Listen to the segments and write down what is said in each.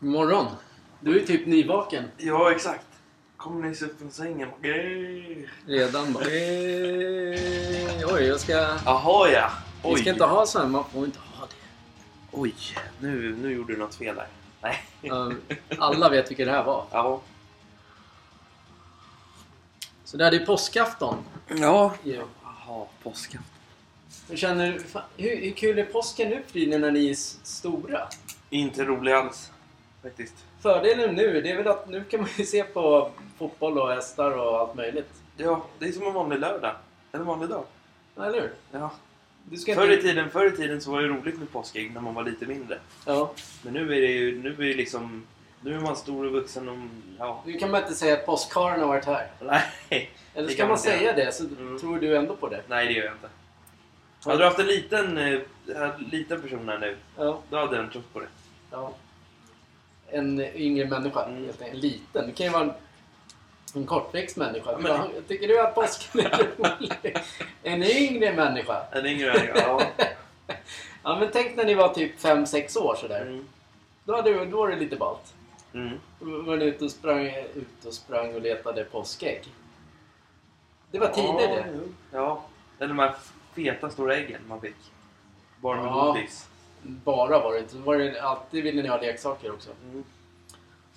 God morgon. Du är typ nyvaken. Ja, exakt. Kommer nyss upp från sängen. Grrr. Redan bara. Eh, Oj, jag ska... Jaha ja. Oj. Vi ska inte ha så här. Man får inte ha det. Oj, nu, nu gjorde du något fel där. Nej. Ja, Alla vet vilka det här var. Ja. Så där, det är påskafton. Ja. Jaha, påskafton. Hur känner du? fan, Hur, hur kul är påsken nu för tiden när ni är s- stora? Inte rolig alls. Faktiskt. Fördelen nu, det är väl att nu kan man ju se på fotboll och hästar och allt möjligt. Ja, det är som en vanlig lördag. Eller en vanlig dag. Eller hur? Ja. Du ska Förr, i tiden, förr i tiden så var det roligt med påskägg när man var lite mindre. Ja. Men nu är det ju nu är det liksom... Nu är man stor och vuxen och... Ja. Nu kan man inte säga att påskkaren har varit här. Nej. Eller Det ska kan man man inte säga det så Mm. tror du ändå på det. Nej, det gör jag inte. Hade du haft en liten, eh, en liten person här nu, Ja. då hade den trott på det. Ja. En yngre människa, Mm. helt enkelt. En liten. Det kan ju vara en, en kortväxt människa. Ja, men- Ja, Tycker du att påsken är rolig? en yngre människa. En yngre människa, ja. Ja, men tänk när ni var typ 5-6 år sådär. Mm. Då, hade, då var det lite ballt. Mm. Då var ni ute och sprang, ut och, sprang och letade påskägg. Det var ja, tider det. jo. Ja. Eller de här feta stora äggen man fick. Bara med Ja. godis. Bara var det inte. Så var det alltid ville ni ha leksaker också. Mm.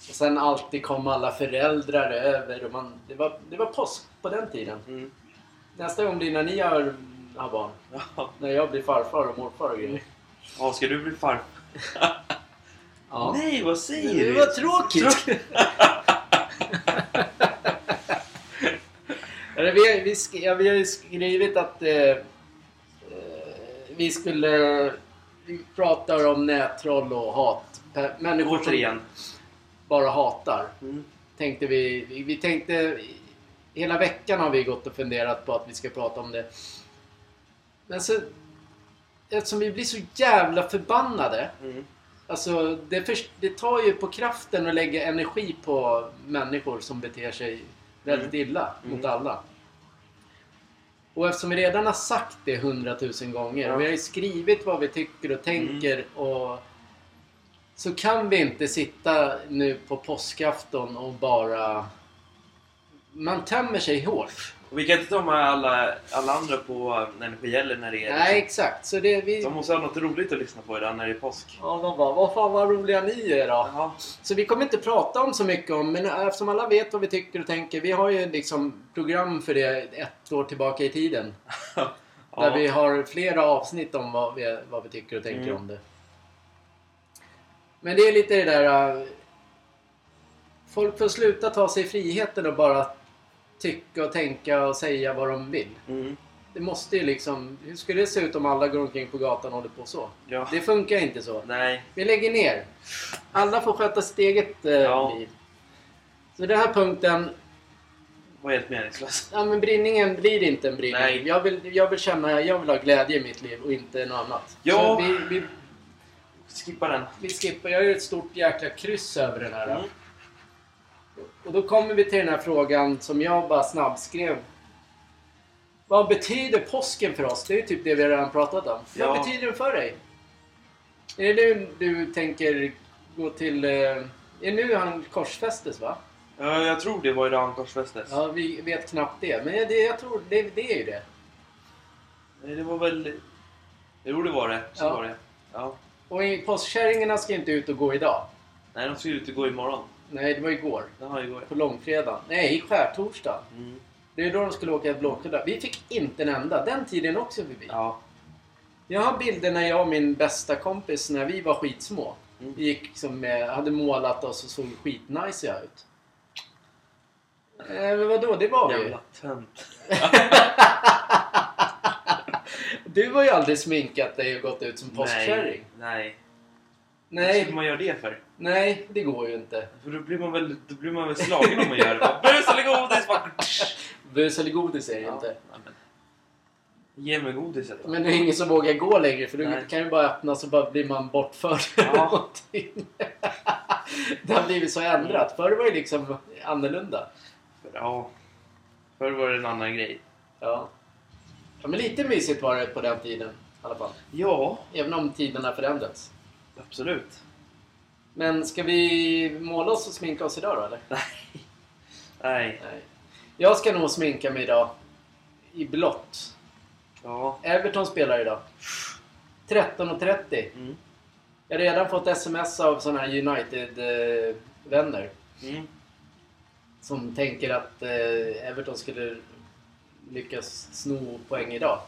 Och sen alltid kom alla föräldrar över. Och man, det, var, det var påsk på den tiden. Mm. Nästa gång blir när ni har, har barn. Ja. När jag blir farfar och morfar och grejer. ja, ska du bli farfar? Ja. Nej, vad säger Det du? var tråkigt! Eller, vi, har- vi, sk- ja, vi har ju skrivit att eh, eh, vi skulle... Vi pratar om nättroll och hat. Pe- Människor som Återigen. bara hatar. Mm. Tänkte vi, vi, vi tänkte... Hela veckan har vi gått och funderat på att vi ska prata om det. Men så... Eftersom vi blir så jävla förbannade Mm. Alltså, det, först, det tar ju på kraften att lägga energi på människor som beter sig väldigt illa Mm. mot alla. Och eftersom vi redan har sagt det hundratusen gånger, Ja. Mm. och vi har ju skrivit vad vi tycker och tänker och så kan vi inte sitta nu på påskafton och bara... Man tömmer sig hårt. Och vi kan inte ta med alla, alla andra på energigällor när det är... Nej, exakt. Så det vi... De måste ha något roligt att lyssna på idag när det är påsk. Ja, de bara, vad fan vad roliga ni är då. Ja. Så vi kommer inte prata om så mycket om, men eftersom alla vet vad vi tycker och tänker. Vi har ju liksom program för det ett år tillbaka i tiden. Där vi ja. har flera avsnitt om vad vi, vad vi tycker och tänker Mm. om det. Men det är lite det där... äh, Folk får sluta ta sig friheten och bara tycka och tänka och säga vad de vill. Mm. Det måste ju liksom... Hur skulle det se ut om alla går omkring på gatan och håller på så? ja. Det funkar inte så. Nej. Vi lägger ner. Alla får sköta sitt eget eh, Ja. liv. Så den här punkten, Det var helt meningslöst. ja, men brinningen blir inte en brinning. Nej. Jag, vill, jag vill känna, jag vill ha glädje i mitt liv och inte något annat. Ja. Så vi, vi, Skippa den. vi skippar, jag gör ett stort jäkla kryss över den här. Mm. Och då kommer vi till den här frågan som jag bara snabbskrev. Vad betyder påsken för oss? Det är ju typ det vi redan pratat om. Vad Ja. betyder den för dig? Är det nu du tänker gå till... eh, Är det nu han korsfästes va? Ja, jag tror det var idag han korsfästes. Ja, vi vet knappt det. Men det, jag tror det, det är ju det. Nej, det var väl... Jo, det var det. Så Ja. var det. Ja. Och i- påskkärringarna ska inte ut och gå idag. Nej, de ska ju ut och gå imorgon. Nej, det var igår. Det har ju gått. På långfredagen. Nej, skärtorsdagen. Mm. Det är då de skulle åka till Blåkulla. Vi fick inte en enda. Den tiden är också förbi. Ja. Jag har bilder när jag och min bästa kompis, när vi var skitsmå, Mm. vi gick som, eh, hade målat oss och såg skitnice ut. Eh, men vadå, det var vi ju. Jävla tönt. Du har ju aldrig sminkat dig och gått ut som påskkärring. Nej. Nej. Vad Nej, nej, skulle man göra det för? det går ju inte. För då blir man väl, då blir man väl slagen om man gör det. Bara, Bus eller godis? Bara... Bus eller godis är det ju Ja. inte. nej, men. Ge mig godiset då. Men det är ingen som vågar gå längre för du Nej. kan ju bara öppna så bara blir man bortförd. eller Ja. någonting. det har blivit så ändrat. Förr var det liksom annorlunda. Ja. Förr var det en annan grej. Ja. ja, men lite mysigt var det på den tiden i alla fall. Ja, Även om tiden har förändrats. absolut. Men ska vi måla oss och sminka oss idag då eller? Nej. Nej. Jag ska nog sminka mig idag. I blått. Ja. Everton spelar idag. 13.30. Mm. Jag har redan fått sms av såna här eh, United-vänner. Mm. Som tänker att eh, Everton skulle lyckas sno poäng idag.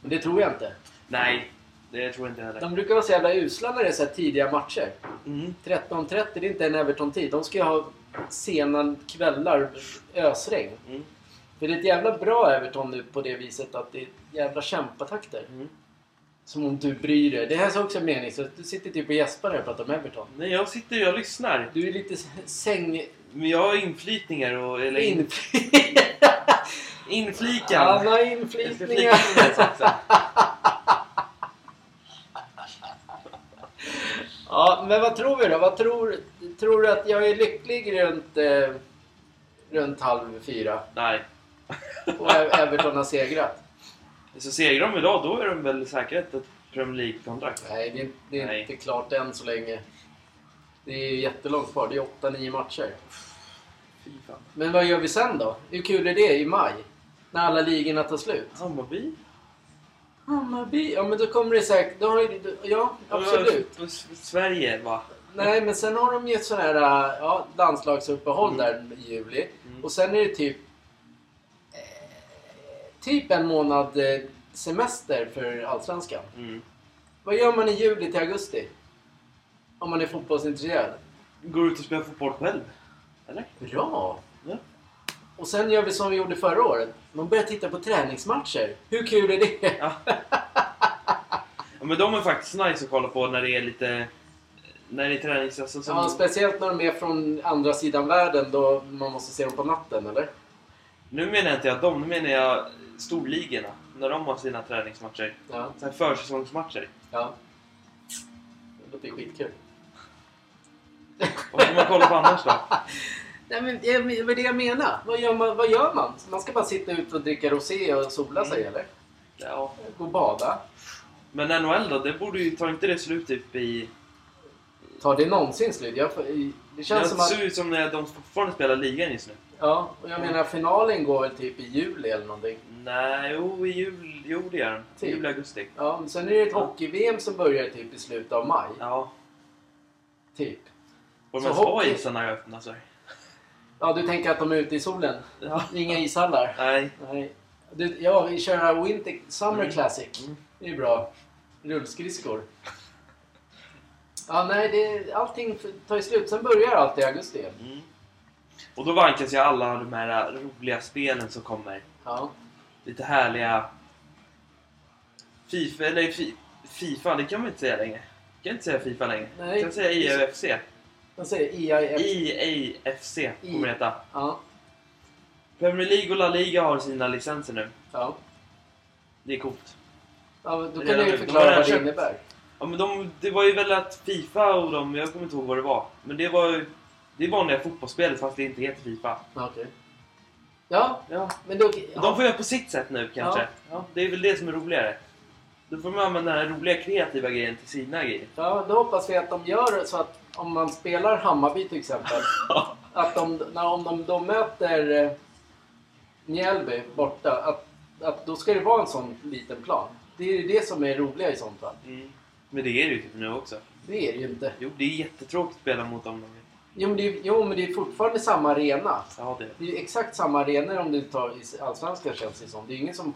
Men det tror jag inte. Nej, det tror jag inte heller. De brukar vara så jävla usla när det är så här tidiga matcher. Mm. 13.30 det är inte en Everton-tid. De ska ju ha sena kvällar, ösregn. Mm. För det är ett jävla bra Everton nu på det viset att det är jävla kämpatakter. Mm. Som om du bryr dig. Det här är också meningslöst. Du sitter typ och gäspar när jag pratar om Everton. Nej, jag sitter och jag lyssnar. Du är lite s- säng... Men jag har inflytningar och... Eller in, In... inflikan. Alla Jag ska flika in inflikningar. det så också. Ja, men vad tror vi då? Vad tror, tror du att jag är lycklig runt, eh, runt halv fyra? Nej. Och Ev- Everton har segrat? Så segrar de idag, då är de väl säkra ett Premier League-kontrakt? Nej, det är, det är Nej. inte klart än så länge. Det är ju jättelångt kvar. Det är åtta, nio matcher. Fy fan. Men vad gör vi sen då? Hur kul är det i maj? När alla ligorna tar slut? Hammarby? Hammarby? Ja, men då kommer det säkert... Då har ju, då- ja, absolut. Och S- Sverige, va? Nej, men sen har de ju ett sån här äh, ja, landslagsuppehåll där i juli. Mm. Och sen är det typ... Eh, typ en månad eh, semester för Allsvenskan. Mm. Vad gör man i juli till augusti? Om man är fotbollsintresserad. Går ut och spelar fotboll själv? Eller? Bra! Ja. Och sen gör vi som vi gjorde förra året. Man börjar titta på träningsmatcher. Hur kul är det? Ja. ja men de är faktiskt nice att kolla på när det är lite... När det är tränings... Alltså, som... Ja, speciellt när de är från andra sidan världen då man måste se dem på natten, eller? Nu menar jag inte jag dem, nu menar jag storligorna. När de har sina träningsmatcher. Ja. Så här försäsongsmatcher. ja. Det låter ju skitkul. Vad ska man kolla på annars då? Nej, men det är det jag menar. Vad gör, man, vad gör man? Man ska bara sitta ute och dricka rosé och sola sig, eller? Ja. Gå och bada. Men NHL då, det borde ju... Tar inte det slut typ i... Tar det någonsin slut? Jag, får- det känns det som att... ser ut som när de fortfarande spelar ligan just nu. Ja, och jag menar finalen går väl typ i juli eller någonting. Nej, jo, i jul... Jo, det gör den. Typ. Jul, augusti. Ja, men sen är det ett hockey-VM som börjar typ i slutet av maj. Ja. Typ. Borde Så man ha hockey- isarna öppna så här? Ja, du tänker att de är ute i solen? Ja. Inga ishallar? Nej. Nej. Du, ja, vi kör Winter Summer Mm. Classic. Mm. Det är bra. Rullskridskor. Ja, nej, det, allting f- tar ju slut. Sen börjar allt i augusti igen. Mm. Och då vankas ju alla de här äh, roliga spelen som kommer. Ja. Lite härliga... Fifa, eller fi, Fifa, det kan man inte säga längre. Jag kan inte säga Fifa längre. Nej. E Jag kan säga E IAFC. Vad säger IIF? IAFC kommer det heta. ja. Premier League och La Liga har sina licenser nu. ja. Det är coolt. ja men då kan Redan du nu. ju De förklara har vad det köpt. innebär. Ja, men de, det var ju väl att Fifa och de, jag kommer inte ihåg vad det var. Men det var ju... Det är vanliga fotbollsspelet fast det inte heter Fifa. Ja, okej. Ja, Ja. men då... De Ja. får göra på sitt sätt nu kanske. Ja. Ja. det är väl det som är roligare. Då får man använda den här roliga kreativa grejen till sina grejer. ja, då hoppas vi att de gör så att om man spelar Hammarby till exempel. att de, när, om de, de möter eh, Mjällby borta, att, att då ska det vara en sån liten plan. Det är ju det som är roliga i sånt fall. Mm. Men det är det ju typ nu också. Det är det ju inte. Jo, det är jättetråkigt att spela mot dem. Jo men, det är, jo, men det är fortfarande samma arena. Ja, det. Det är ju exakt samma arenor om du tar i allsvenskan känns det som. Det är ingen som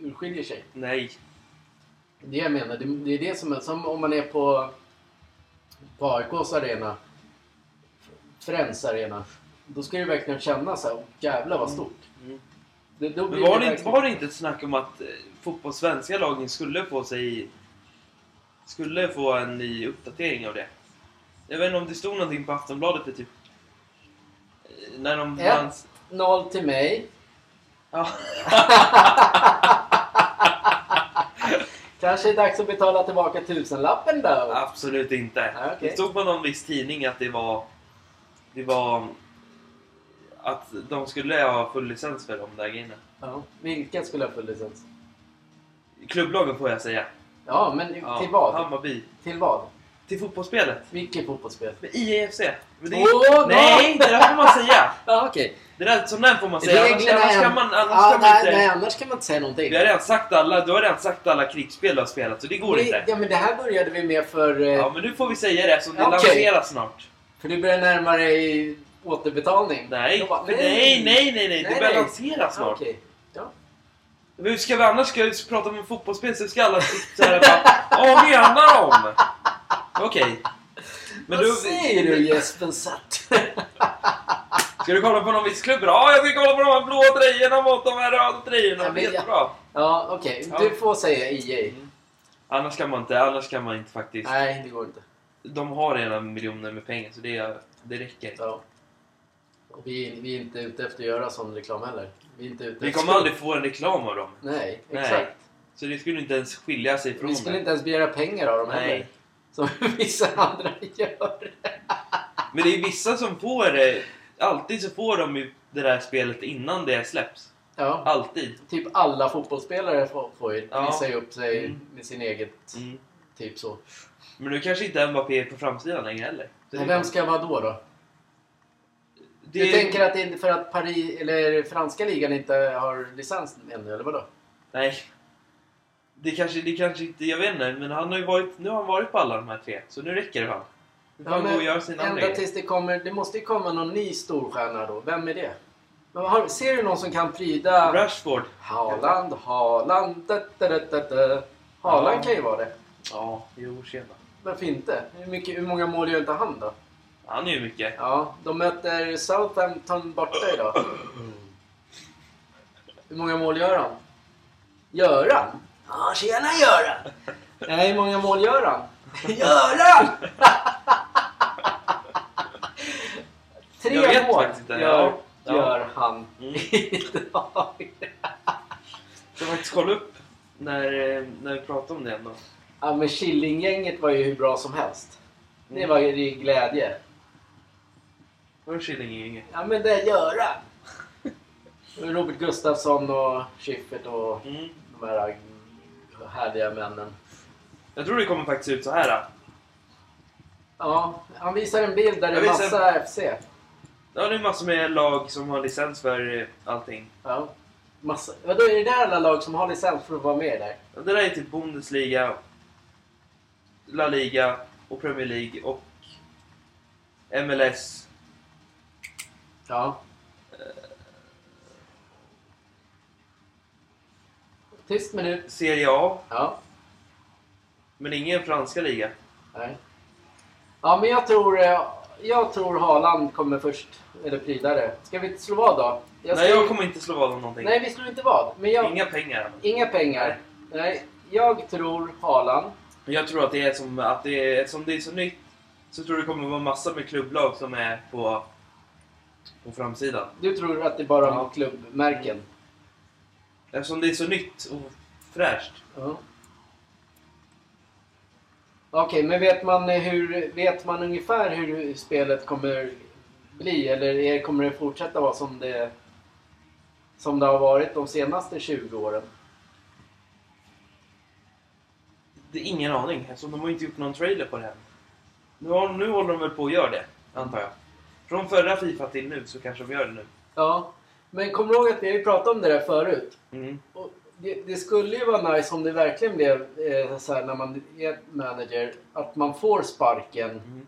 urskiljer sig. Nej. Det är det jag menar. Det, det är det som är, som om man är på, på AIKs arena, Friends arena. Då ska det verkligen kännas så här, "Åh, jävlar vad stort. Mm. Det, då Men blir var det, inte, verkligen- var det inte ett snack om att eh, fotbolls svenska lagen skulle få sig... Skulle få en ny uppdatering av det? Jag vet inte om det stod någonting på Aftonbladet det typ... eh, När de... Ett. vanns- Noll till mig. Ja. Kanske är det dags att betala tillbaka tusenlappen då. Absolut inte. Ah, okej. Det stod på någon viss tidning att det var... Det var... Att de skulle ha full licens för de där grejerna. Ja. Vilka skulle ha full licens? Klubblagen får jag säga. Ja, men Ja, till vad? Hammarby. Till vad? till fotbollsspelet. Vilket fotbollsspel? Med IEFC. Men det Åh, nej, det där får man säga. Ja, okej. Det där, sån där får man säga. Annars, Reglerna annars är- kan man, annars ja, kan man nej, inte... nej, annars kan man inte säga någonting. Vi har redan sagt alla, du har redan sagt alla krigsspel du har spelat, så det går Vi- inte. Ja, men det här började vi med för... eh, Ja, men nu får vi säga det, så det Okej. lanseras snart. För du börjar närma dig återbetalning. Nej, Jag bara, nej, nej, nej, nej, det Nej, börjar nej. lanseras Ja, snart. okej. Ja. Men hur ska vi annars ska vi prata om fotbollsspel så ska alla sitta såhär och bara Åh, vad menar de? Okej. Men Vad du, säger du Jesper Satt? ska du kolla på någon viss klubb? Ja, jag ska kolla på de här blå tröjorna mot de här röda tröjorna. Ja, men Det är jag- jättebra. ja, okej. Ja. Du får säga EA. Annars kan man inte, annars kan man inte faktiskt. Nej, det går inte. De har redan miljoner med pengar så det, det räcker. Ja. Och vi, vi är inte ute efter att göra sån reklam heller. Vi är inte ute Vi efter... kommer aldrig få en reklam av dem. Nej, Nej, exakt. Så det skulle inte ens skilja sig från vi skulle det. inte ens begära pengar av dem Nej. heller. Som vissa andra gör. Men det är vissa som får eh, Alltid så får de ju det där spelet innan det släpps. Ja. Alltid. Typ alla fotbollsspelare får, får ju Ja. visa upp sig Mm. med sin eget Mm. typ så. Men nu kanske inte Mbappé är på framsidan längre heller. Så Men det- vem ska vara då då? det- Du tänker att det är för att Paris, eller franska ligan inte har licens ännu, eller vadå? Nej. Det kanske, det kanske inte... Jag vet inte. Men han har ju varit, nu har han varit på alla de här tre. Så nu räcker det fan. Nu får han gå och göra sina andra ända grejer. tills det kommer, det måste ju komma någon ny storstjärna då. Vem är det? Men har, ser du någon som kan pryda Rashford. Haaland, Haaland, da, da, da, da, da. Haaland Ja. kan ju vara det. Ja, jo tjena. Varför inte? Hur, mycket, hur många mål gör inte han då? Han är ju mycket. Ja, de möter Southampton borta idag. Hur många mål gör han? Göran? Ja, tjena Göran! Nej, hur många mål gör han? Göran! Tre Jag vet mål faktiskt inte. gör, Ja. gör han Mm. idag. Jag ska faktiskt kolla upp när, eh, när vi pratar om det ändå. Ja, men Killinggänget var ju hur bra som helst. Det Mm. var ju glädje. Var det Killinge? Ja, men det är Göran! Robert Gustafsson och Schyffert och Mm. de här härliga männen. Jag tror det kommer faktiskt ut så här. Då. Ja, han visar en bild där det Jag är visar- massa FC. Ja, det är massor med lag som har licens för eh, allting. Ja. Massa. Vadå, är det där alla lag som har licens för att vara med där? Ja, Det där är typ Bundesliga, La Liga och Premier League och MLS. Ja. Eh. Tyst minut. Serie A, Ja. men ingen franska liga. Nej. Ja, men jag tror, eh, jag tror Haaland kommer först. Eller prydare. Ska vi slå vad då? Jag Nej, ska- jag kommer inte slå vad om någonting. Nej, vi slår inte vad. Men jag... Inga pengar. Inga pengar. Nej. Jag tror Haaland. Men Jag tror att det är som, att det är, som det är så nytt så tror jag det kommer vara massor med klubblag som är på, på framsidan. Du tror att det bara är Ja. klubbmärken? Eftersom det är så nytt och fräscht. Ja. Okej, men vet man, hur, vet man ungefär hur spelet kommer bli? Eller är- kommer det fortsätta vara som det, som det har varit de senaste 20 åren? Det är ingen aning eftersom de har inte gjort någon trailer på det här. Nu, har, nu håller de väl på att göra det, antar jag. Från förra Fifa till nu så kanske de gör det nu. Ja, men kom ihåg att vi har ju pratat om det där förut. Mm. Och det, det skulle ju vara nice om det verkligen blev eh, så här när man är manager, att man får sparken Mm.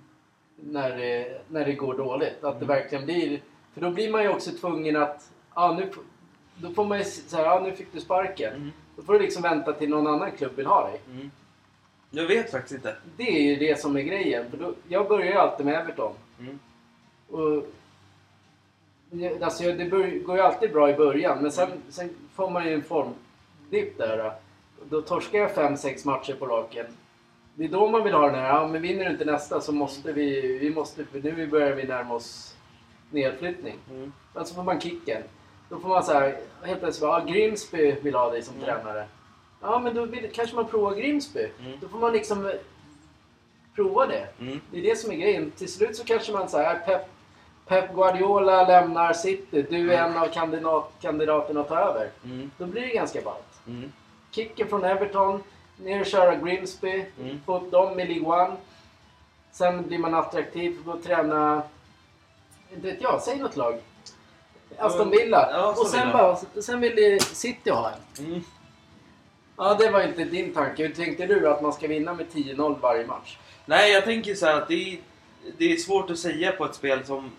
när det, när det går dåligt. Att det verkligen blir... För då blir man ju också tvungen att... Ja, nu, f- då får man ju s- så här, ja, nu fick du sparken. Mm. Då får du liksom vänta till någon annan klubb vill ha dig. Mm. Jag vet faktiskt inte. Det är ju det som är grejen. För då, jag börjar ju alltid med Everton. Mm. Och, Ja, alltså, det bör, går ju alltid bra i början, men sen, sen får man ju en formdipp där. då. Då torskar jag fem sex matcher på raken. Det är då man vill ha den här, ja, men vinner du inte nästa så måste vi, vi måste, för nu börjar vi närma oss nedflyttning. Mm. Alltså får man kicken. Då får man så här, helt plötsligt bara, ja, Grimsby vill ha dig som Mm. tränare. Ja, men då vill, kanske man provar Grimsby. Mm. Då får man liksom eh, prova det. Mm. Det är det som är grejen. Till slut så kanske man säger Pep, Pep Guardiola lämnar City. Du är en av kandidat, kandidaterna att ta över. Mm. Då blir det ganska ballt. Mm. Kicken från Everton, ner och köra Grimsby, Mm. få upp dem i League One. Sen blir man attraktiv för att träna, inte vet jag, säg något lag. Aston Villa. Mm. Ja, Aston och sen, Villa. bara, sen ville City ha en. Mm. Ja, det var inte din tanke. Hur tänkte du att man ska vinna med 10-0 varje match? Nej, jag tänker så här att det är, det är svårt att säga på ett spel som...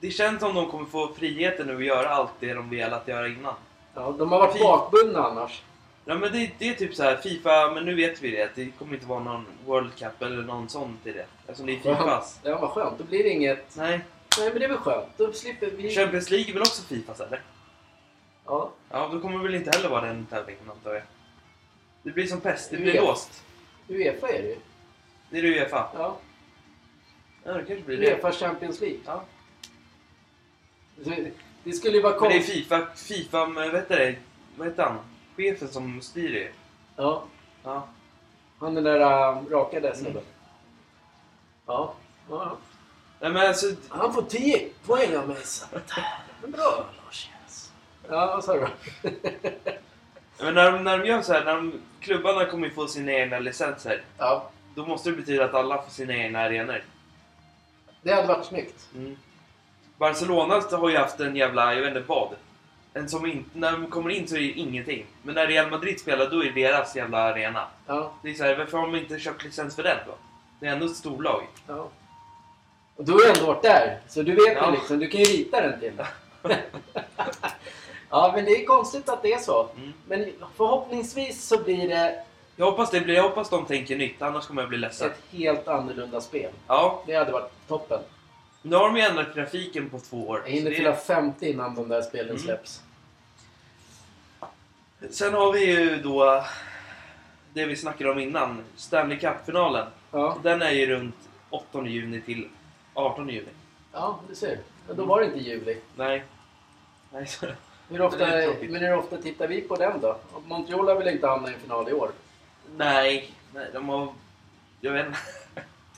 Det känns som de kommer få friheten nu att göra allt det de velat göra innan. Ja, de har varit Fy- bakbundna annars. Ja, men det, det är typ så här, Fifa, men nu vet vi det, att det kommer inte vara någon World Cup eller någon sån till det. Eftersom det är Fifas. Ja, vad skönt. Då blir det inget... Nej. Nej, men det är väl skönt. Då slipper vi... Champions League är väl också Fifas, eller? Ja. Ja, då kommer väl inte heller vara den tävlingen, antar jag. Det blir som pest, det blir Uefa. låst. Uefa är det ju. Det är Uefa. Ja. Ja, det kanske blir det. Uefa Champions League. Ja. Det- Det skulle ju vara Men det är konstigt. Fifa, Fifa, men vad heter det? Vad heter han? Chefen som styr det. Ja. Ja. Han den där um, rakade snubben. Mm. Ja. ja. Nej, men alltså, Han får 10 poäng av mig. så att- äh, Men Bra Lars Jens. Ja, vad sa du? men när, de- när de gör så här, när de, klubbarna kommer ju få sina egna licenser. Ja, Då måste det betyda att alla får sina egna arenor. det hade varit snyggt. Mm. Barcelona har ju haft en jävla, jag vet inte vad. En som inte, när de kommer in så är det ingenting. Men när Real Madrid spelar, då är det deras jävla arena. Ja, Det är så här, varför har de inte köpt licens för den då? Det är ändå ett storlag. ja. Och du har ju ändå varit där, så du vet Ja. ju liksom. Du kan ju rita den till. ja, men det är konstigt att det är så. Mm. Men förhoppningsvis så blir det Jag hoppas det blir, jag hoppas de tänker nytt, annars kommer jag bli ledsen. ett helt annorlunda spel. Ja, Det hade varit toppen. nu har de ju ändrat grafiken på två år. Jag hinner Så fylla 50 innan de där spelen Mm. släpps. det... Sen har vi ju då det vi snackade om innan, Stanley Cup-finalen. Ja, Den är ju runt 8 juni till 18 juni. ja du ser. Men då var det inte juli. Nej. Nej, så... Hur ofta, Det är tråkigt. men hur ofta tittar vi på den då? Montreal har väl inte hamnat i en final i år? Nej, nej, de har... Jag vet inte.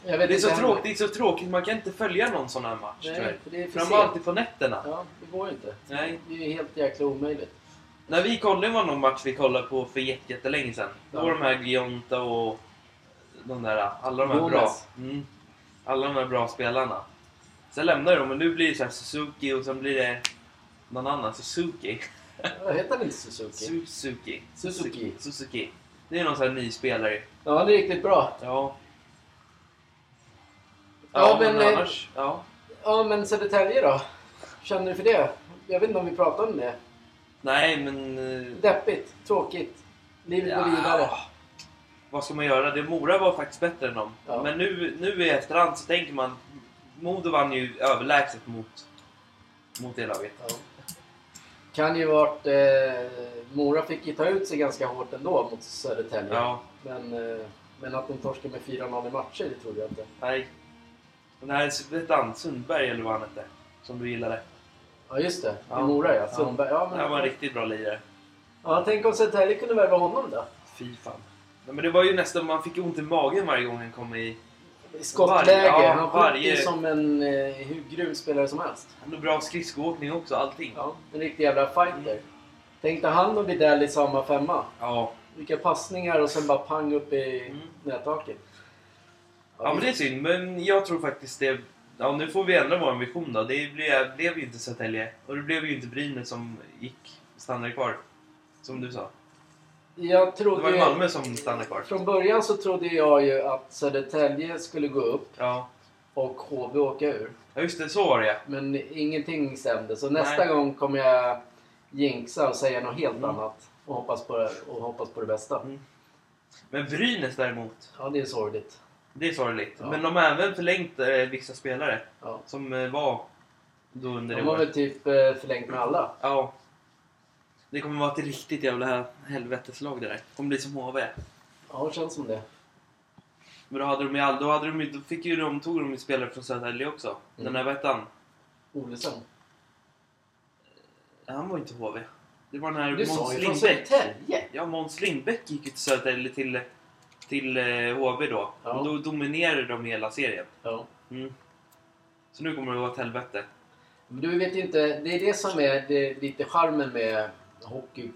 Jag vet Det är, så inte heller. tråkigt, det är så tråkigt, man kan inte följa någon sån här match Nej, tyvärr. för det är För för de var sent. alltid på nätterna. Ja, det går ju inte. Nej. Det är ju helt jäkla omöjligt. När vi kollade var någon match vi kollade på för jätte- jättelänge sedan. Då Ja. var de här Gionta och de där, alla de här bra, Gomez. mm, alla de här bra spelarna. Sen lämnade de och nu blir det så här Suzuki och sen blir det någon annan. Suzuki. Ja, Heter han inte Suzuki? Suzuki. Suzuki. Suzuki. Det är någon sån här ny spelare. Ja, han är riktigt bra. Ja. Ja, Ja, men, men, eh, annars... Ja. Ja, men Södertälje då? Känner du för det? Jag vet inte om vi pratar om det. Nej, men... eh, Deppigt, tråkigt. Livet går Ja. vidare. vad ska man göra? Det Mora var faktiskt bättre än dem. Ja. Men nu, nu i efterhand så tänker man... Modo vann ju överlägset mot, mot det laget. Ja. Kan ju varit... Eh, Mora fick ju ta ut sig ganska hårt ändå mot Södertälje. Ja, Men, eh, men att de torskar med 4-0 i matcher, det tror jag inte. nej. Den här vet han, Sundberg eller vad han hette, som du gillade. Ja, just det. Ja. I Mora ja. Ja. Sundberg. Ja, Han men, var en riktigt bra lirare. ja, tänk om Södertälje kunde värva honom då? Fy fan. Nej, men det var ju nästan, man fick ont i magen varje gång han kom i... I skottläge. Varje- ja, han skjuter ju varje- som en eh, hur grym spelare som helst. Han hade bra skridskoåkning också, allting. Ja. Ja, en riktig jävla fighter. Tänkte han och Widell i samma femma. Ja, Vilka passningar och sen bara pang upp i Mm. nättaket. men det är synd. Men jag tror faktiskt det... Ja, nu får vi ändra vår vision då. Det blev, blev ju inte Södertälje. Och det blev ju inte Brynäs som gick, stannade kvar. Som du sa. Jag Det var trodde ju ju, Malmö som stannade kvar. från början så trodde jag ju att Södertälje skulle gå upp Ja. och HV åka ur. ja, just det. Så var det ja. Men ingenting stämde. Så nästa Nej. gång kommer jag jinxa och säga något helt Mm. annat. Och hoppas, på det, och hoppas på det bästa. Mm. Men Brynäs däremot, Ja, det är sorgligt. det är sorgligt. Ja. Men de har även förlängt eh, vissa spelare Ja. som eh, var då under De det har året. väl typ eh, förlängt med alla. Ja. Det kommer vara ett riktigt jävla helveteslag det där. Det kommer bli som HV. Ja, det känns som det. Men då hade de ju all, då hade de, ju- då fick ju de, tog de ju spelare från Södertälje också. Mm. Den här vad hette han? Olesen. Han var ju inte HV. Det var den här Du sa Måns ju från Lindbäck. Södertälje! Ja, Måns Lindbäck gick ju till Södertälje till, till eh, HV då. Ja. Och då dominerade de hela serien. Ja. Mm. Så nu kommer det vara ett helvete. Men du vet ju inte, det är det som är det, lite charmen med hockey,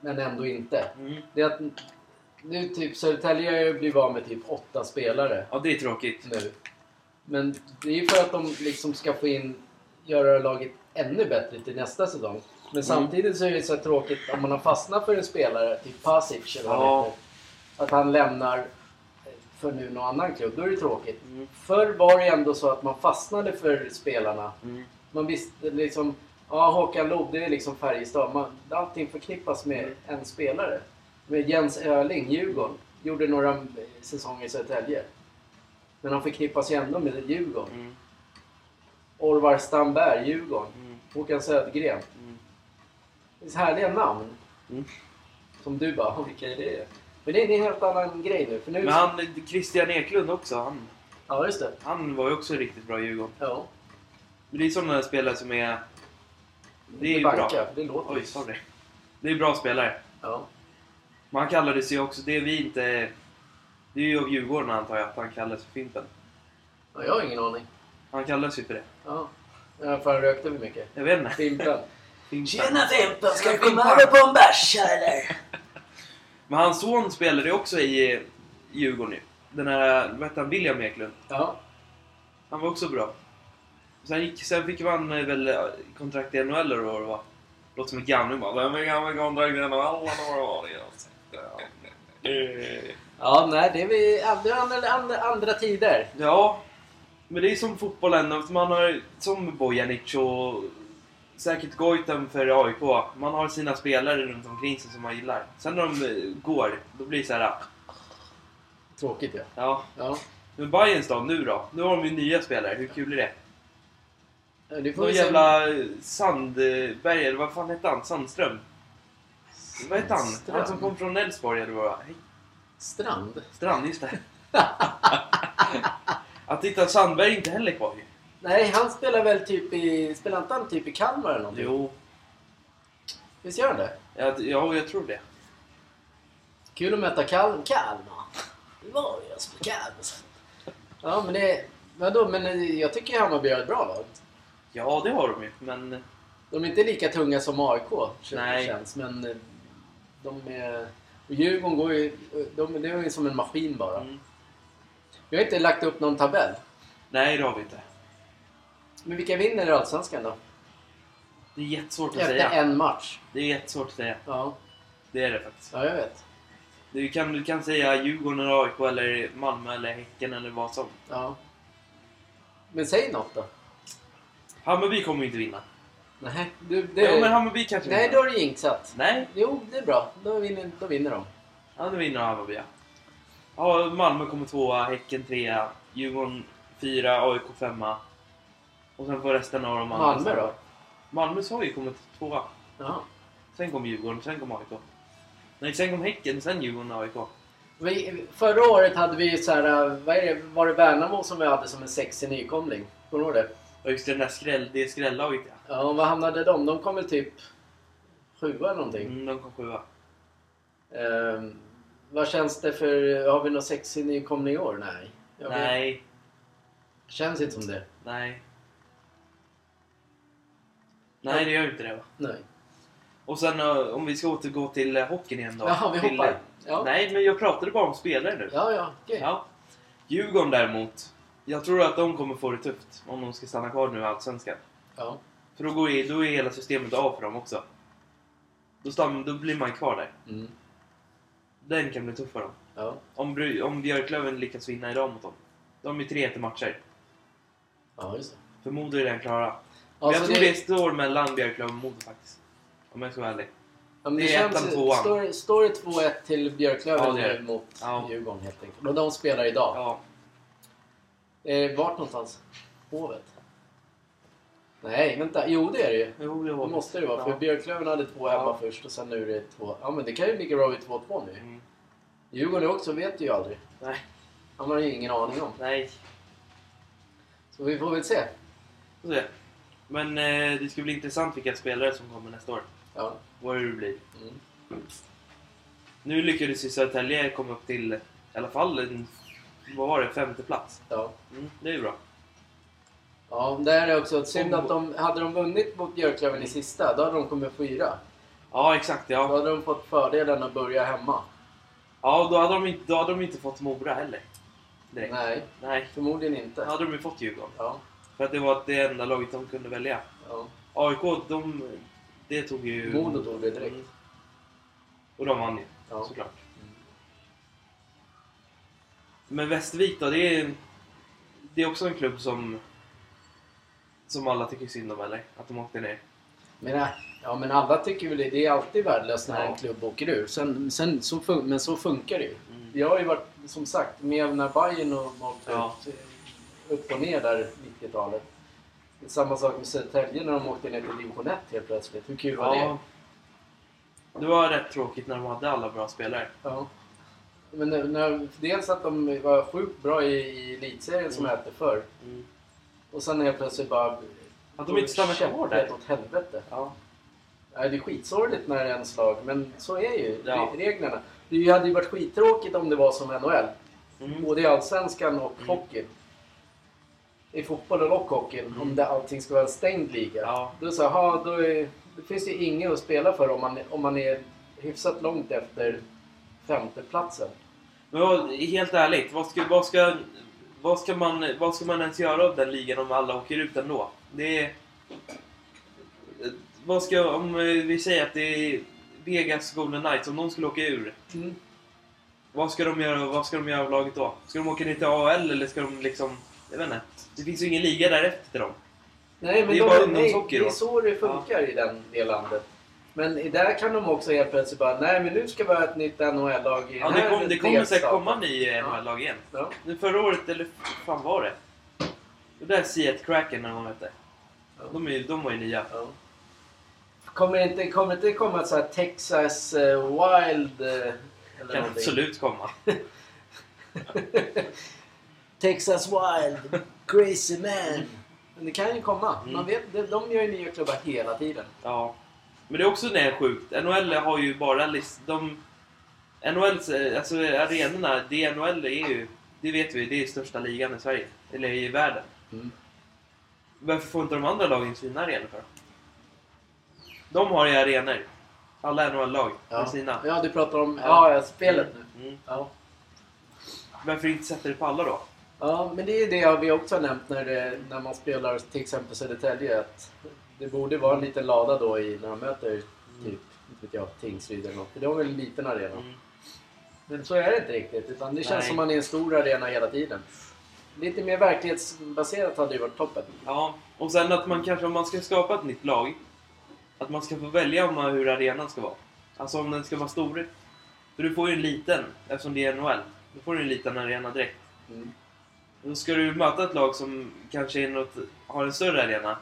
men ändå inte. Mm. Det är att Nu typ Södertälje blir av med typ åtta spelare Ja, det är tråkigt. nu. Men det är ju för att de liksom ska få in, göra laget ännu bättre till nästa säsong. Men samtidigt så är det så tråkigt om man har fastnat för en spelare, typ Pasic eller vad han Ja. heter, att han lämnar för nu någon annan klubb. Då är det tråkigt. Förr var det ändå så att man fastnade för spelarna. Mm. Man visste liksom, ja Håkan Loob det är liksom Färjestad. Man, allting förknippas med Mm. en spelare. Men Jens Öling, Djurgården, gjorde några eh, säsonger i Södertälje. Men han förknippas ju ändå med Djurgården. Mm. Orvar Stamberg, Djurgården. Mm. Håkan Södergren. Mm. Det är så härliga namn. Mm. Som du bara, "Åh, vilka är det? Men det är en helt annan grej nu. För nu Men han, Christian Eklund också, han, Ja, just det. han var ju också riktigt bra i Djurgården. Ja. Men det är sådana spelare som är... Det är Inte ju banka, bra. för det låter Oj, sorry. Det är bra spelare. Ja. Men han kallade sig också, det vi inte... Det är ju av Djurgården antar jag, att han kallas för Fimpen. ja, jag har ingen aning. Han kallas ju för det. Ja. Ja, För han rökte för mycket. Jag vet inte. Fimpen. Fimpen. Fimpen! Ska vi komma över på en bärs eller? Men hans son spelade ju också i eh, Djurgården nu. Den här, vad hette han, William Eklund. Ja. Han var också bra. Sen, gick, sen fick man eh, väl eh, kontrakt i NHL eller vad det var. Låter som en gamling bara. Vem är gammal kontrakt i NHL? Vad var det? Alltså, ja. Eh, Ja, nej, det är vi andra, andra, andra, andra tider. Ja, men det är som fotbollen. att Man har, som Bojanic och säkert Goitom för AIK. Man har sina spelare runt omkring sig som man gillar. Sen när de eh, går, då blir det så här. Tråkigt ja. Ja, Ja. men Bayerns då, nu då? Nu har de ju nya spelare. Hur kul är det? Det får Någon vi se. jävla Sandberg, eller vad fan hette han? Sandström? Vad hette han? Sandström. Han som kom från Elfsborg eller vad det var? Hej, Strand? Strand, just det. Att titta, Sandberg är inte heller kvar ju. Nej, han spelar väl typ i... Spelar inte han typ i Kalmar eller någonting? Jo, Visst gör han det? jag, ja, jag tror det. Kul att möta Kalm. Kalmar. Det var ju jag som Kalmar. Ja, men det... Vadå, men eh, jag tycker Hammarby har ett bra lag. Ja, det har de ju, men... De är inte lika tunga som AIK Nej. Nej. känns, men eh, de är... Och Djurgården går ju... eh, De, de är ju som en maskin bara. Mm. Jag har inte lagt upp någon tabell. Nej, det har vi inte. Men vilka vinner i Allsvenskan då? Det är jättesvårt att Efter säga. en match. Det är jättesvårt att säga. Ja, Det är det faktiskt. ja jag vet. Du kan, du kan säga Djurgården, eller AIK, eller Malmö eller Häcken eller vad som. Ja. Men säg något då. Hammarby kommer ju inte vinna. Nej, du, det... Ja, men Hammarby kanske Nej, då vinner. har du jinxat. Nej, Jo, det är bra. Då vinner, då vinner de. Ja, nu vinner Hammarby, ja. ja. Malmö kommer tvåa, Häcken trea, Djurgården fyra, AIK femma. Och sen får resten av dem andra Malmö sen. då? Malmö sa ju kommer tvåa. Jaha. Sen kom Djurgården, sen kom AIK. Nej, sen kom Häcken, sen Djurgården och AIK. Vi, förra året hade vi ju så här, eh, vad är det, var det Värnamo som vi hade som en sexig nykomling? Kommer du ihåg det? Och just det, den där skräll, det skrällaget, ja. Ja, och vad hamnade de? De kom väl typ sjua eller någonting. Mm, de kom sjua. Mm. Ehm, vad känns det för... Har vi någon sexig nykomling i år? Nej. Jag vet- Nej, Känns inte som det. nej. Nej, det gör inte det va. Nej. Och sen eh, om vi ska återgå till eh, hockeyn igen då. Jaha, vi till, hoppar. Ja. Nej, men jag pratade bara om spelare nu. Ja, ja. okej. Ja. Djurgården däremot. Jag tror att de kommer få det tufft om de ska stanna kvar nu i Allsvenskan. Ja. För då, går, ju- då är hela systemet av för dem också. Då, stann, då blir man kvar där. Mm. Den kan bli tuff för dem. ja. Om, Bru- om Björklöven lyckas vinna idag mot dem. De är tre efter matcher. Ja, just det. För Modo är redan klara. Men Alltså, jag tror det... står mellan Björklöven och Modo faktiskt. Om jag ska vara ärlig. ja, men det det är känns, ettan, tvåan. står, står det 2-1 till Björklöven Ja, det är det. mot Ja. Djurgården helt enkelt. Och de spelar idag. Ja. Eh, vart någonstans? Hovet? Nej, vänta. Jo, det är det ju. Jo, det Det var måste det vara. För Ja. Björklöven hade två hemma Ja. först och sen nu är det två. Ja, men det kan ju lika bra bli 2-2 nu. Mm. Djurgården också vet ju aldrig. Nej. Han har ju ingen aning om. Nej. Så vi får väl se. Får se. Men eh, det ska bli intressant vilka spelare som kommer nästa år. Ja. Vad det blir. Mm. Nu lyckades ju Södertälje komma upp till i alla fall en, vad var det, femte plats. ja. Mm, det är ju bra. Ja, det här är också synd att de... Hade de vunnit mot Björklöven i sista, då hade de kommit fyra. Ja, exakt. Då Ja. hade de fått fördelen att börja hemma. Ja, då hade de inte, då hade de inte fått Mora heller. Direkt. Nej, Nej. förmodligen Då inte. hade de ju fått Djurgården. Ja, För att det var det enda laget de kunde välja. ja. AIK, de... Det tog ju... Modo tog det direkt. Mm. Och de vann ju, Ja. såklart. Mm. Men Västervik då, det är... Det är också en klubb som... Som alla tycker synd om, eller? Att de åkte ner. Men, äh, ja, men alla tycker väl det. Det är alltid värdelöst när Ja. en klubb åker ur. Sen, sen, så fun- men så funkar det ju. Mm. Jag har ju varit, som sagt, med när Bayern och åkte Ja. ut, eh, upp och ner där 90-talet. Samma sak med Södertälje när de åkte ner till division 1 helt plötsligt. Hur kul var det? Ja. Det var rätt tråkigt när de hade alla bra spelare. Ja. Men när, när, dels att de var sjukt bra i, i elitserien som Mm. hette förr. Och sen helt plötsligt bara... Att de inte stannar kvar där. Käpprätt åt helvete. Ja. Nej, det är skitsorgligt när det är ens lag, men så är ju Ja. re- reglerna. Det hade ju varit skittråkigt om det var som NHL. Mm. Både i Allsvenskan och Mm. hockeyn. I fotbollen och hockeyn, Mm. om det, allting ska vara en stängd liga. Ja. Då, så, aha, då är, det finns ju inget att spela för om man, om man är hyfsat långt efter femteplatsen. Men vad, helt ärligt, vad ska, vad, ska, vad, ska man, vad ska man ens göra av den ligan om alla åker ut ändå? Det är... Vad ska, om eh, vi säger att det är Vegas Golden Knights, om de skulle åka ur. Mm. Vad ska de göra, vad ska de göra av laget då? Ska de åka ner till AHL eller ska de liksom... Jag vet inte. Det finns ju ingen liga därefter till dem. Nej, men Det är de, bara nej, ungdomshockey det är då. så det funkar i den, det landet. Men i- där kan de också helt plötsligt bara, nej men nu ska vi ha ett nytt NHL-lag i Ja, den det, här kom, det kommer säkert delstaten." komma en ny eh, NHL-lag igen. Ja. Nu förra året, eller fan var det? Det där Seattle Kraken eller vad de hette. De, är, ju- de var ju nya. Ja. Kommer det inte, kommer det inte komma ett så här Texas eh, Wild... eh, eller Kan någonting? absolut komma. Texas Wild, Crazy Man. Men det kan ju komma. Mm. Man vet, de, de gör ju nya klubbar hela tiden. Ja. Men det är också det sjukt. NHL har ju bara list... De... NHLs, eh, alltså arenorna, det NHL är ju... Det vet vi, det är största ligan i Sverige. Eller i världen. Mm. Varför får inte de andra lagen sina arenor för? De har ju arenor. Alla NHL-lag har sina. ja, du pratar om Ja. ja. Ja, spelet nu. Mm. Ja. Varför inte sätta det på alla då? ja, men det är ju det vi också har nämnt när, det, när man spelar till exempel Södertälje. Att det borde vara en liten lada då i, när de möter typ, inte vet jag, Tingsryd eller något. För De har väl en liten arena. Mm. Men så är det inte riktigt. Utan det känns Nej. som man är en stor arena hela tiden. Lite mer verklighetsbaserat hade ju varit toppen. Ja, och sen att man kanske om man ska skapa ett nytt lag, att man ska få välja om man, hur arenan ska vara. Alltså om den ska vara stor. För du får ju en liten, eftersom det är NHL. Då får du en liten arena direkt. Då ska du möta ett lag som kanske är något, har en större arena.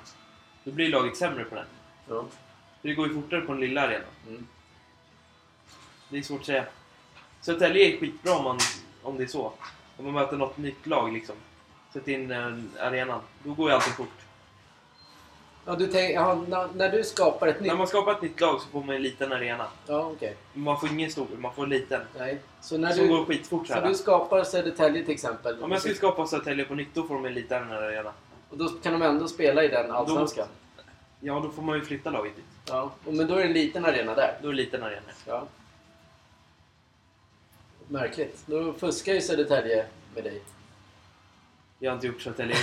Då blir laget sämre på den. Ja. För det går ju fortare på den lilla arenan. Mm. Det är svårt att säga. Södertälje är skitbra om, man, om det är så. Om man möter något nytt lag liksom. Sätt in eh, arenan. Då går ju allting fort. Ja, du tänk, ja, när, när du skapar ett nytt... När man skapar ett nytt lag så får man en liten arena. Ja, okej. Man får ingen stor, man får en liten. Nej. Så när som går du, skitfort så så här. du skapar Södertälje till exempel. Om jag skulle skapa Södertälje på nytt, då får de en liten arena. Och då kan de ändå spela i den allsvenskan. Ja, då får man ju flytta laget dit. Ja. Och, men då är det en liten arena där. Då är det liten arena. Ja. Märkligt. Då fuskar ju Södertälje med dig. Jag har inte gjort Södertälje.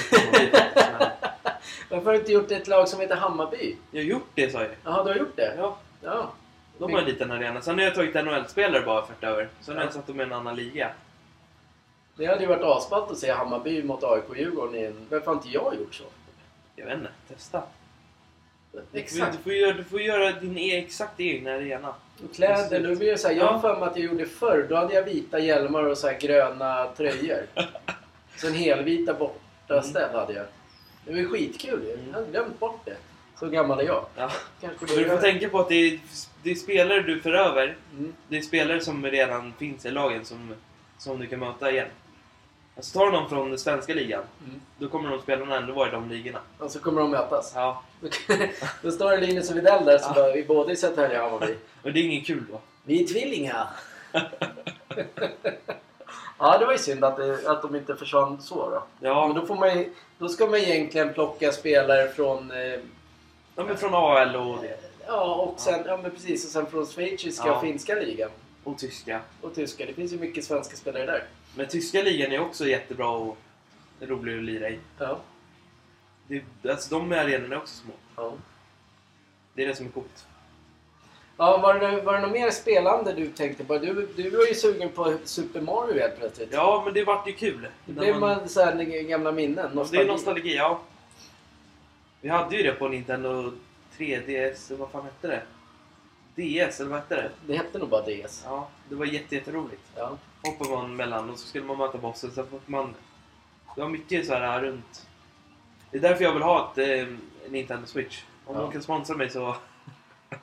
Men Varför har du inte gjort ett lag som heter Hammarby? jag har gjort det, sa jag Jaha, du har gjort det? Ja, Ja. de har en liten arena. Sen har jag tagit NHL-spelare bara för att över. Sen har Ja. jag satt dem i en annan liga. Det hade ju varit asballt att se Hammarby mot AIK och Djurgården i en... Varför har inte jag gjort så? Jag vet inte, testa. Du får, Exakt. du får, göra, du får göra din e exakt egna arena. Och kläder, nu blir det så här, jag har Ja. för mig att jag gjorde förr. Då hade jag vita hjälmar och så här gröna tröjor. Sen helvita Mm. bortaställ hade jag. Det var ju skitkul ju. Jag hade glömt bort det. Så gammal är jag. Ja. Kanske Men du får börjar- tänka på att det är, det är spelare du för över Mm. Det är spelare som redan finns i lagen som, som du kan möta igen. Alltså tar du någon från den svenska ligan, Mm. då kommer de spelarna ändå vara i de ligorna. Och så kommer de mötas. Ja. Då står det Linus och Widell där som Ja. bara, vi båda i Södertälje och Hammarby. Och det är ingen kul då. Vi är tvillingar! ja, det var ju synd att, det, att de inte försvann så då. Ja, men Ja, då, får man, ju- då ska man egentligen plocka spelare från... Eh, de är från AL och det. ja, och sen, ja. men precis. Och sen från schweiziska Ja. och finska ligan. och tyska. Och tyska. Det finns ju mycket svenska spelare där. Men tyska ligan är också jättebra och rolig att lira i. Ja. Det, alltså de arenorna är också små. Ja. Det är det som är coolt. Ja, var, det, var det något mer spelande du tänkte på? Du, du var ju sugen på Super Mario helt plötsligt. Ja, men det vart ju kul. Det När blev man- man så här gamla minnen. Ja, Det är nostalgi, ja. Vi hade ju det på Nintendo 3DS, eller vad fan hette det? DS, eller vad hette det? Det hette nog bara DS. Ja, det var jätte, jätteroligt. Ja. Hoppade man mellan och så skulle man möta bossen, så fick man... Det var mycket så här runt. Det är därför jag vill ha ett eh, Nintendo Switch. Om Ja. de kan sponsra mig så...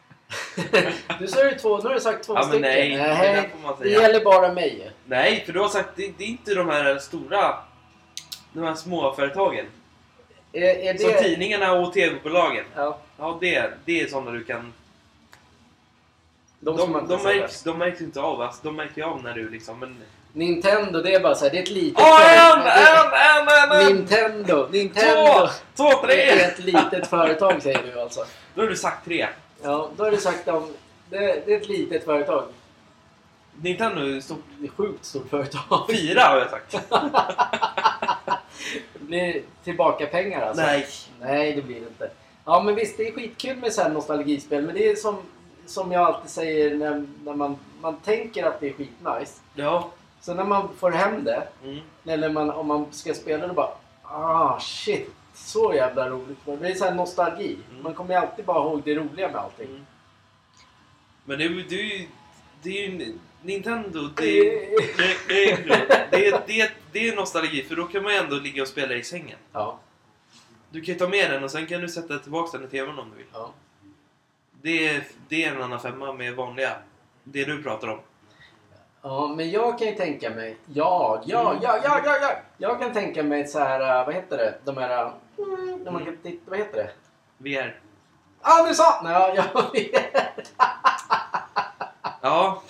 Du sa ju två, nu har du sagt två Ja, men stycken. nej, det Nej, där får man det säga. gäller bara mig. Nej, för du har sagt det, det är inte de här stora... De här små företagen. Är, är det... Som tidningarna och TV-bolagen. Ja, Ja, det, det är sådana du kan de, ska man De, inte de, säga. märks, de märks inte av, alltså, de märker ju av när du liksom... Men... Nintendo, det är bara så här, det är ett litet Åh, en, företag. en, en, en, en! Nintendo, Nintendo. Två, två, Det är tre! ett litet företag säger du alltså. Då har du sagt tre. Ja, då har du sagt om... Det, det är ett litet företag. Nintendo är stort. Det är ett sjukt stort företag. Fyra har jag sagt. Det blir tillbaka pengar alltså. Nej. Nej, det blir det inte. Ja, men visst, det är skitkul med så här nostalgispel. Men det är som, som jag alltid säger när, när man, man tänker att det är skitnice. Ja. Så när man får hem det, Mm. eller man, om man ska spela det bara ah shit, så jävla roligt. Men Det är så här nostalgi. Mm. Man kommer ju alltid bara ihåg det roliga med allting. Mm. Men det, är ju- det, är ju- det är ju... Nintendo, det är... Det- Det, det, är- det, är- det, är- det är nostalgi, för då kan man ju ändå ligga och spela i sängen. Ja, Du kan ju ta med den och sen kan du sätta tillbaka den i tvn om du vill. ja. Det är, det är en annan femma med vanliga... Det du pratar om. Ja, men jag kan ju tänka mig... Ja, Mm. ja, ja, ja, ja, ja. Jag kan tänka mig så här, vad heter det? De här... När man Mm. kan titta, vad heter det? VR. Ah, nu sa... Nej, ja, ja. Ja,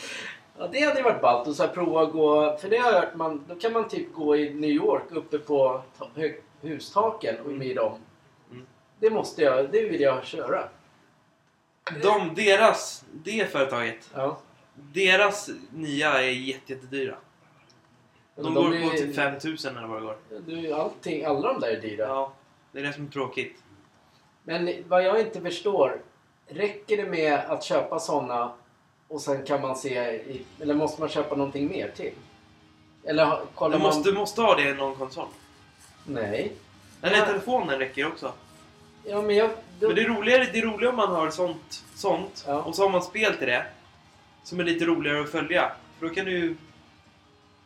ja, det hade ju varit ballt. Och så här, prova att gå... För det har jag hört, man, då kan man typ gå i New York uppe på ta- hö- hustaken och med dem. Mm. Det måste jag, det vill jag köra. de, deras, det företaget, Ja. deras nya är jätte, jättedyra. De, Men går är- på typ 5000 eller vad det går. du, allting, alla de där är dyra. Ja, det är det som är tråkigt. Men vad jag inte förstår, räcker det med att köpa sådana och sen kan man se, i, eller måste man köpa någonting mer till? Eller ha- kollar Du måste, man... måste ha det i någon konsol. Nej. Eller Ja. telefonen räcker också. Ja, men jag... Då... Men det är roligare, det är roligare om man har sånt, sånt Ja. och så har man spel till det som är lite roligare att följa. För då kan du ju...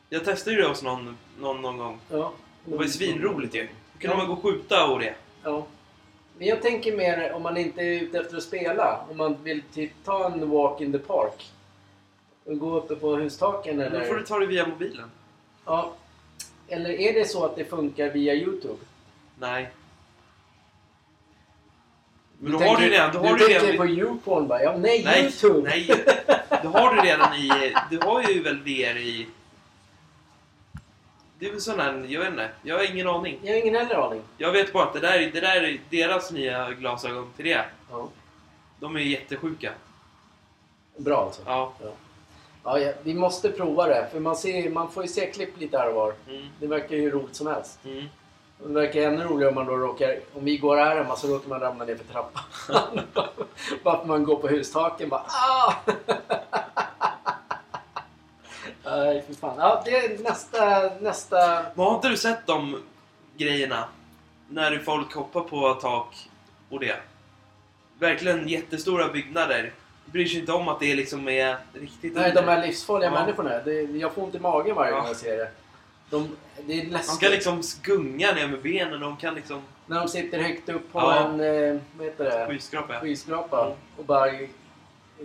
Jag testade ju det hos någon, någon, någon gång. Ja. Det var ju svinroligt ju. Då kunde Mm. Ja. man gå och skjuta och det. Ja. Men jag tänker mer om man inte är ute efter att spela. Om man vill typ ta en walk in the park. Och gå uppe på hustaken Men eller... Då får du ta det via mobilen. Ja. Eller är det så att det funkar via Youtube? Nej. Men Du då har du tänker- ju redan... Då du har du tänker redan på YouPorn bara. Ja, nej, nej, Youtube! nej. Då har du redan i... Du har ju väl VR i... Det är väl sån här... Jag vet inte. Jag har ingen aning. Jag har ingen heller aning. Jag vet bara att det där, det där är deras nya glasögon till det. Ja. De är jättesjuka. Bra alltså. Ja. Ja. ja, vi måste prova det. För man, ser, man får ju se klipp lite här och var. Mm. Det verkar ju roligt som helst. Mm. Och Det verkar ännu roligare om man då råkar... Om vi går här hemma så råkar man ramla ner för trappan. bara för man går på hustaken bara ah! Nej, fy fan. Ja, det är nästa... nästa... Men har inte du sett de grejerna? När folk hoppar på tak och det. Verkligen jättestora byggnader. Bryr sig inte om att det liksom är riktigt Nej, de här livsfarliga Ja. människorna. Det, jag får ont i magen varje gång Ja. jag ser det. De, det är Man läskigt. kan liksom gunga ner med benen och de kan liksom... När de sitter högt upp på Ja. en... eh, Vad heter det? Skyskrapa. skyskrapa Mm. och bara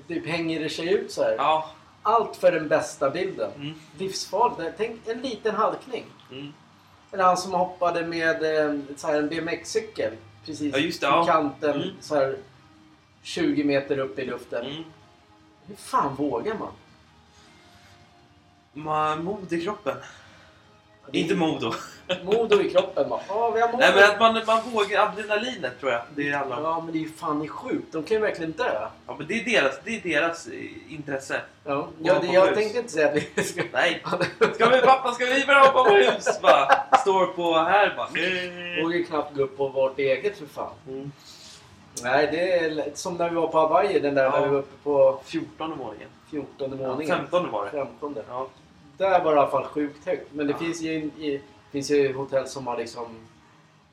typ hänger det sig ut så här. Ja. Allt för den bästa bilden. Mm. Livsfarligt. Tänk en liten halkning. Mm. Eller han som hoppade med eh, så här, en BMX-cykel precis Ja, just det, i ja. kanten Mm. så här 20 meter upp i luften. Mm. Hur fan vågar man? Man har mod i kroppen. Inte Modo. Modo i kroppen bara. Ja, vi har Modo. Nej men att man, man vågar adrenalinet tror jag det handlar om. Ja, men det är ju fan det är sjukt. De kan ju verkligen dö. Ja men det är deras, det är deras eh, intresse. Ja, ja det, jag tänkte inte säga att vi ska... Nej! Ska vi pappa, ska vi börja hoppa på hus va? Står på här bara. nej. vågar ju knappt gå upp på vårt eget för fan. Mm. Nej, det är l- som när vi var på Hawaii, den där Ja. när vi var uppe på 14 våningen. 14 Ja, våningen. 15 var det. 15. Ja. Där var det i alla fall sjukt högt. Men det Ja. finns, ju, i, finns ju hotell som har liksom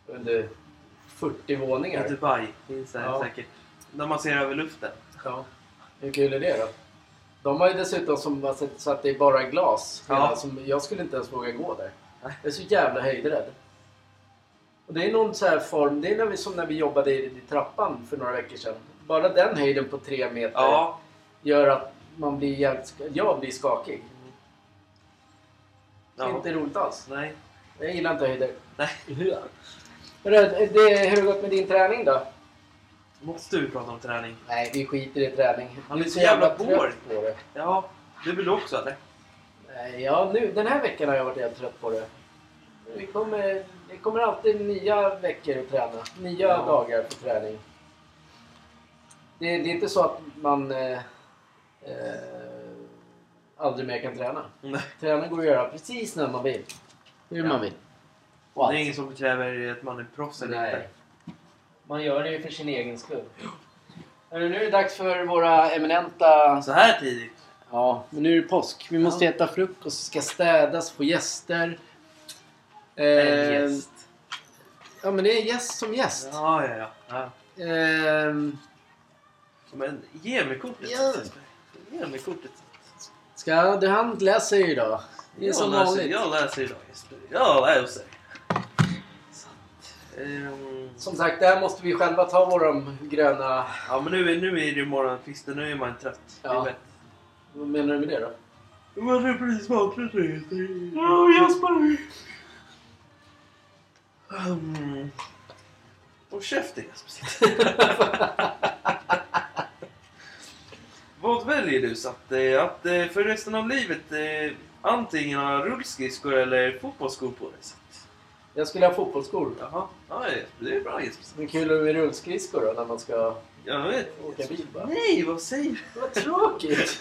under 40 I våningar. Dubai finns det Ja. säkert. När man ser över luften. Ja. Hur kul är det då? De har ju dessutom som man sett- så att det är bara glas. Ja. Hela, som, jag skulle inte ens våga gå där. Nej. Jag är så jävla höjdrädd. Och det är någon så här form, det är när vi, som när vi jobbade i, i trappan för några veckor sedan. Bara den höjden på tre meter Ja. gör att man blir jävligt, sk- jag blir skakig. Det är ja. Inte roligt alls. Nej. Jag gillar inte höjder. Nej. Ja. Det, eh, det, hur har det gått med din träning då? Måste vi prata om träning? Nej, vi skiter i träning. Han Du är så jävla trött bored. på det. Ja. Det vill du också eller? Nej, Ja, nu, den här veckan har jag varit helt trött på det. Det kommer, det kommer alltid nya veckor att träna. Nya Ja. dagar för träning. Det, det är inte så att man eh, eh, aldrig mer kan träna. Nej. Träna går att göra precis när man vill. Hur Ja. man vill. Och Det är allt. ingen som kräver att man är proffs eller Nej. inte. Man gör det ju för sin egen skull. Hörru, Nu är det dags för våra eminenta... Så här tidigt. Ja, men nu är det påsk. Vi måste Ja. äta frukost, ska städas, få gäster. Eh, En gäst. Ja, men det är gäst som gäst. Ja, ja, ja. ja. Ehm, Men ge mig kortet. Ja. Ge mig kortet. ska du han läser ju idag. Det är Jag som läser, vanligt. jag läser idag Jesper. Jag läser. Så att, ehm, Som sagt, där måste vi själva ta våra gröna... ja men nu, är- nu är det morgonkvisten, nu är man trött. Ja. Vad menar du med det då? Man är precis vaknat nu. Ja, Jesper! Um, och käften Jesper. Vad väljer du Satte? Att eh, för resten av livet eh, antingen ha rullskridskor eller fotbollsskor på dig? Satte? Jag skulle ha fotbollsskor. Jaha, ja, Jesper, det är bra Jesper. Det är kul med rullskridskor då, när man ska Jag vet. åka bil bara. Nej, vad säger du? Vad tråkigt!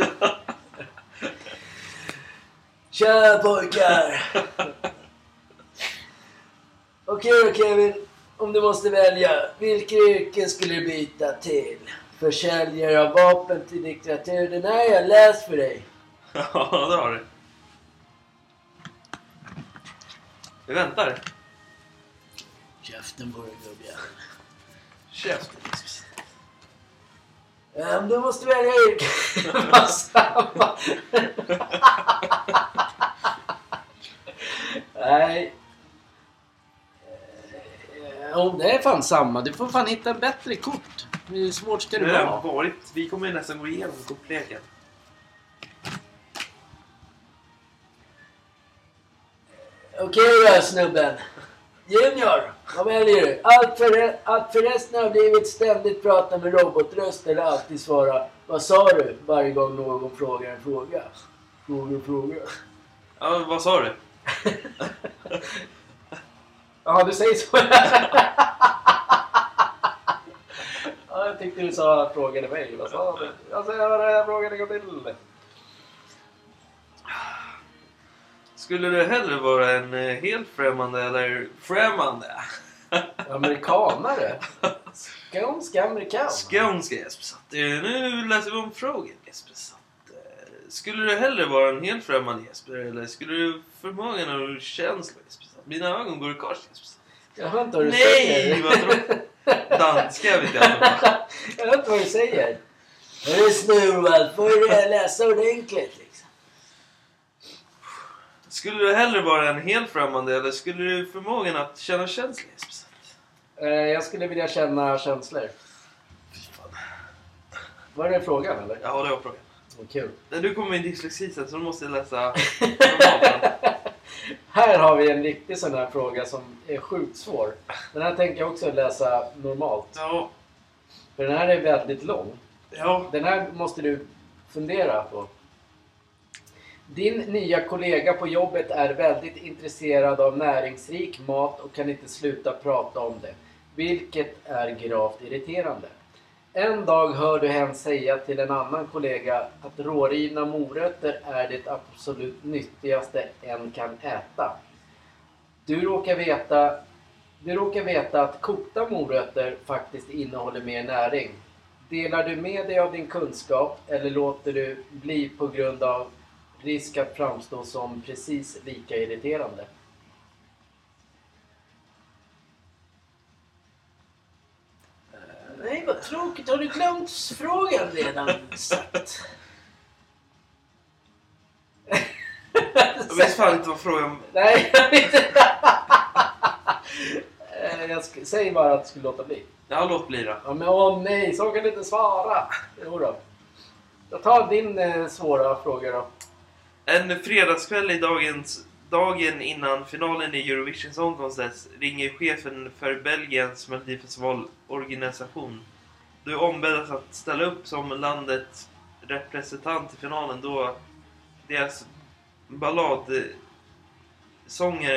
Tja pojkar! Okej då Kevin, om du måste välja. Vilket yrke skulle du byta till? Försäljare av vapen till diktaturen? Nej, jag läs för dig. Ja, det har du. Jag väntar. Käften på dig gubbjävel. Käft. Ja, men du måste välja yrke. Vad samma. Nej. Eh, Oh, det är fan samma. Du får fan hitta bättre kort. Hur svårt ska Det det har vara? varit. Vi kommer ju nästan gå igenom kortleken. Okej då snubben. Junior, vad väljer du? Allt för, att för resten av livet ständigt prata med robotröst eller alltid svara Vad sa du? Varje gång någon frågar en fråga. Fråga, fråga. Ja, men vad sa du? Ja, du säger så. ja, jag tyckte du sa frågade mig. Vad sa du? Jag säger vad det här frågade går till. Skulle du hellre vara en eh, helt främmande eller främmande? Amerikanare? Skånsk amerikan? Skånska Jesper Satt. Eh, Nu läser vi om frågan Jesper Satt. Eh, Skulle du hellre vara en helt främmande Jesper eller skulle du förmågan och känslan Jesper Satt? Mina ögon går i kors Jesper Satt. Jag hör inte vad du Nej, säger. vad tråkigt. Danska vet jag inte. Jag hör inte vad du säger. Hörru snurvad, får du läsa ordentligt liksom? Skulle du hellre vara en helt främmande eller skulle du förmågan att känna känslor Jesper Satt? Eh, Jag skulle vilja känna känslor. Var det frågan eller? Ja, det var frågan. Vad kul. Nej, Du kommer med dyslexi sen så du måste jag läsa Här har vi en riktig sån här fråga som är sjukt svår. Den här tänker jag också läsa normalt. Ja, För den här är väldigt lång. ja. Den här måste du fundera på. Din nya kollega på jobbet är väldigt intresserad av näringsrik mat och kan inte sluta prata om det. Vilket är gravt irriterande. En dag hör du henne säga till en annan kollega att rårivna morötter är det absolut nyttigaste en kan äta. Du råkar veta, du råkar veta att kokta morötter faktiskt innehåller mer näring. Delar du med dig av din kunskap eller låter du bli på grund av risk att framstå som precis lika irriterande? Nej, vad tråkigt. Har du glömt frågan redan? Satt? Jag vet fan inte vad frågan... Nej, jag vet inte. Eh, jag sk- säg bara att du skulle låta bli. Ja, låt bli då. Ja, men åh nej, så kan du inte svara. Jo då. Jag tar din eh, svåra fråga då. En fredagskväll i dagens, dagen innan finalen i Eurovision Song Contest ringer chefen för Belgiens melodifestivalorganisation. Du ombeddes att ställa upp som landets representant i finalen då deras balladsångare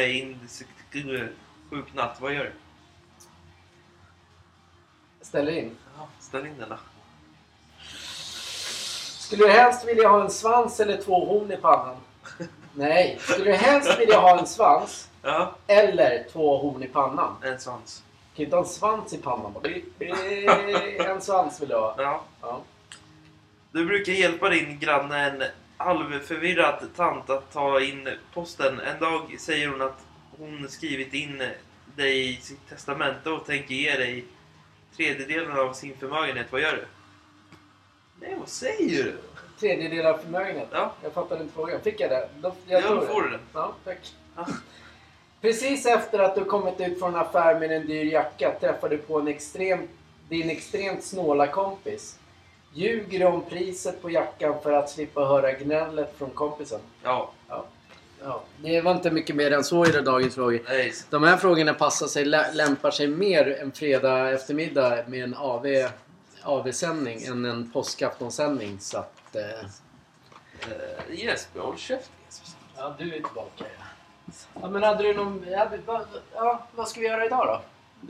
är indisk- sjuk natt. Vad gör du? Ställer in. Ställ in den då. Skulle du helst vilja ha en svans eller två horn i pannan? Nej. Skulle du helst vilja ha en svans Ja, eller två horn i pannan? en svans. Du kan ju inte ha en svans i pannan bara. Eh, En svans vill jag ha. Ja. Ja. Du brukar hjälpa din granne, en halvförvirrad tant, att ta in posten. En dag säger hon att hon skrivit in dig i sitt testamente och tänker ge dig tredjedelen av sin förmögenhet. Vad gör du? Nej, vad säger du? Tredjedel av förmögenhet. Ja, Jag fattar inte frågan. Fick jag det? Då- Jag jag ja tror då det. får du den. Ja, tack. Ja. Precis efter att du kommit ut från en affär med en dyr jacka träffar du på en extrem, din extremt snåla kompis. Ljuger du om priset på jackan för att slippa höra gnället från kompisen? Ja, Ja. ja. Det var inte mycket mer än så i det dagens frågor. nej. De här frågorna passar sig, lä- lämpar sig mer en fredag eftermiddag med en AV, AV-sändning än en påskaftonssändning. Så att, eh... Eh, Jesper, håll käften Jesper. Ja, du är tillbaka ja. ja men hade du någon... Hade, va, ja, vad ska vi göra idag då?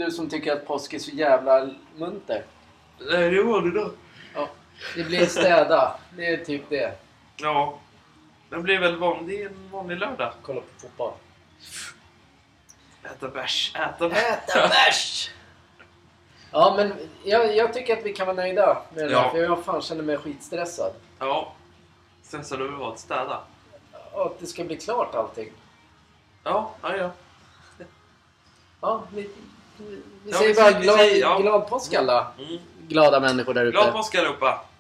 Du som tycker att påsk är så jävla munter. Nej, det var det då. Ja, det blir städa. Det är typ det. Ja, den blir väl vanlig. Det är en vanlig lördag. Kolla på fotboll. Äta bärs, äta bärs. Äta bärs! Ja, men jag, jag tycker att vi kan vara nöjda med det Ja. här, för jag fan känner mig skitstressad. Ja. Stressad över vad? Städa? Och att det ska bli klart allting. Ja, ja, ja. Ja, vi, vi Ja, säger vi bara säger- vi glad, säger- ja. glad påsk alla Mm. glada människor där ute. Glad påsk allihopa!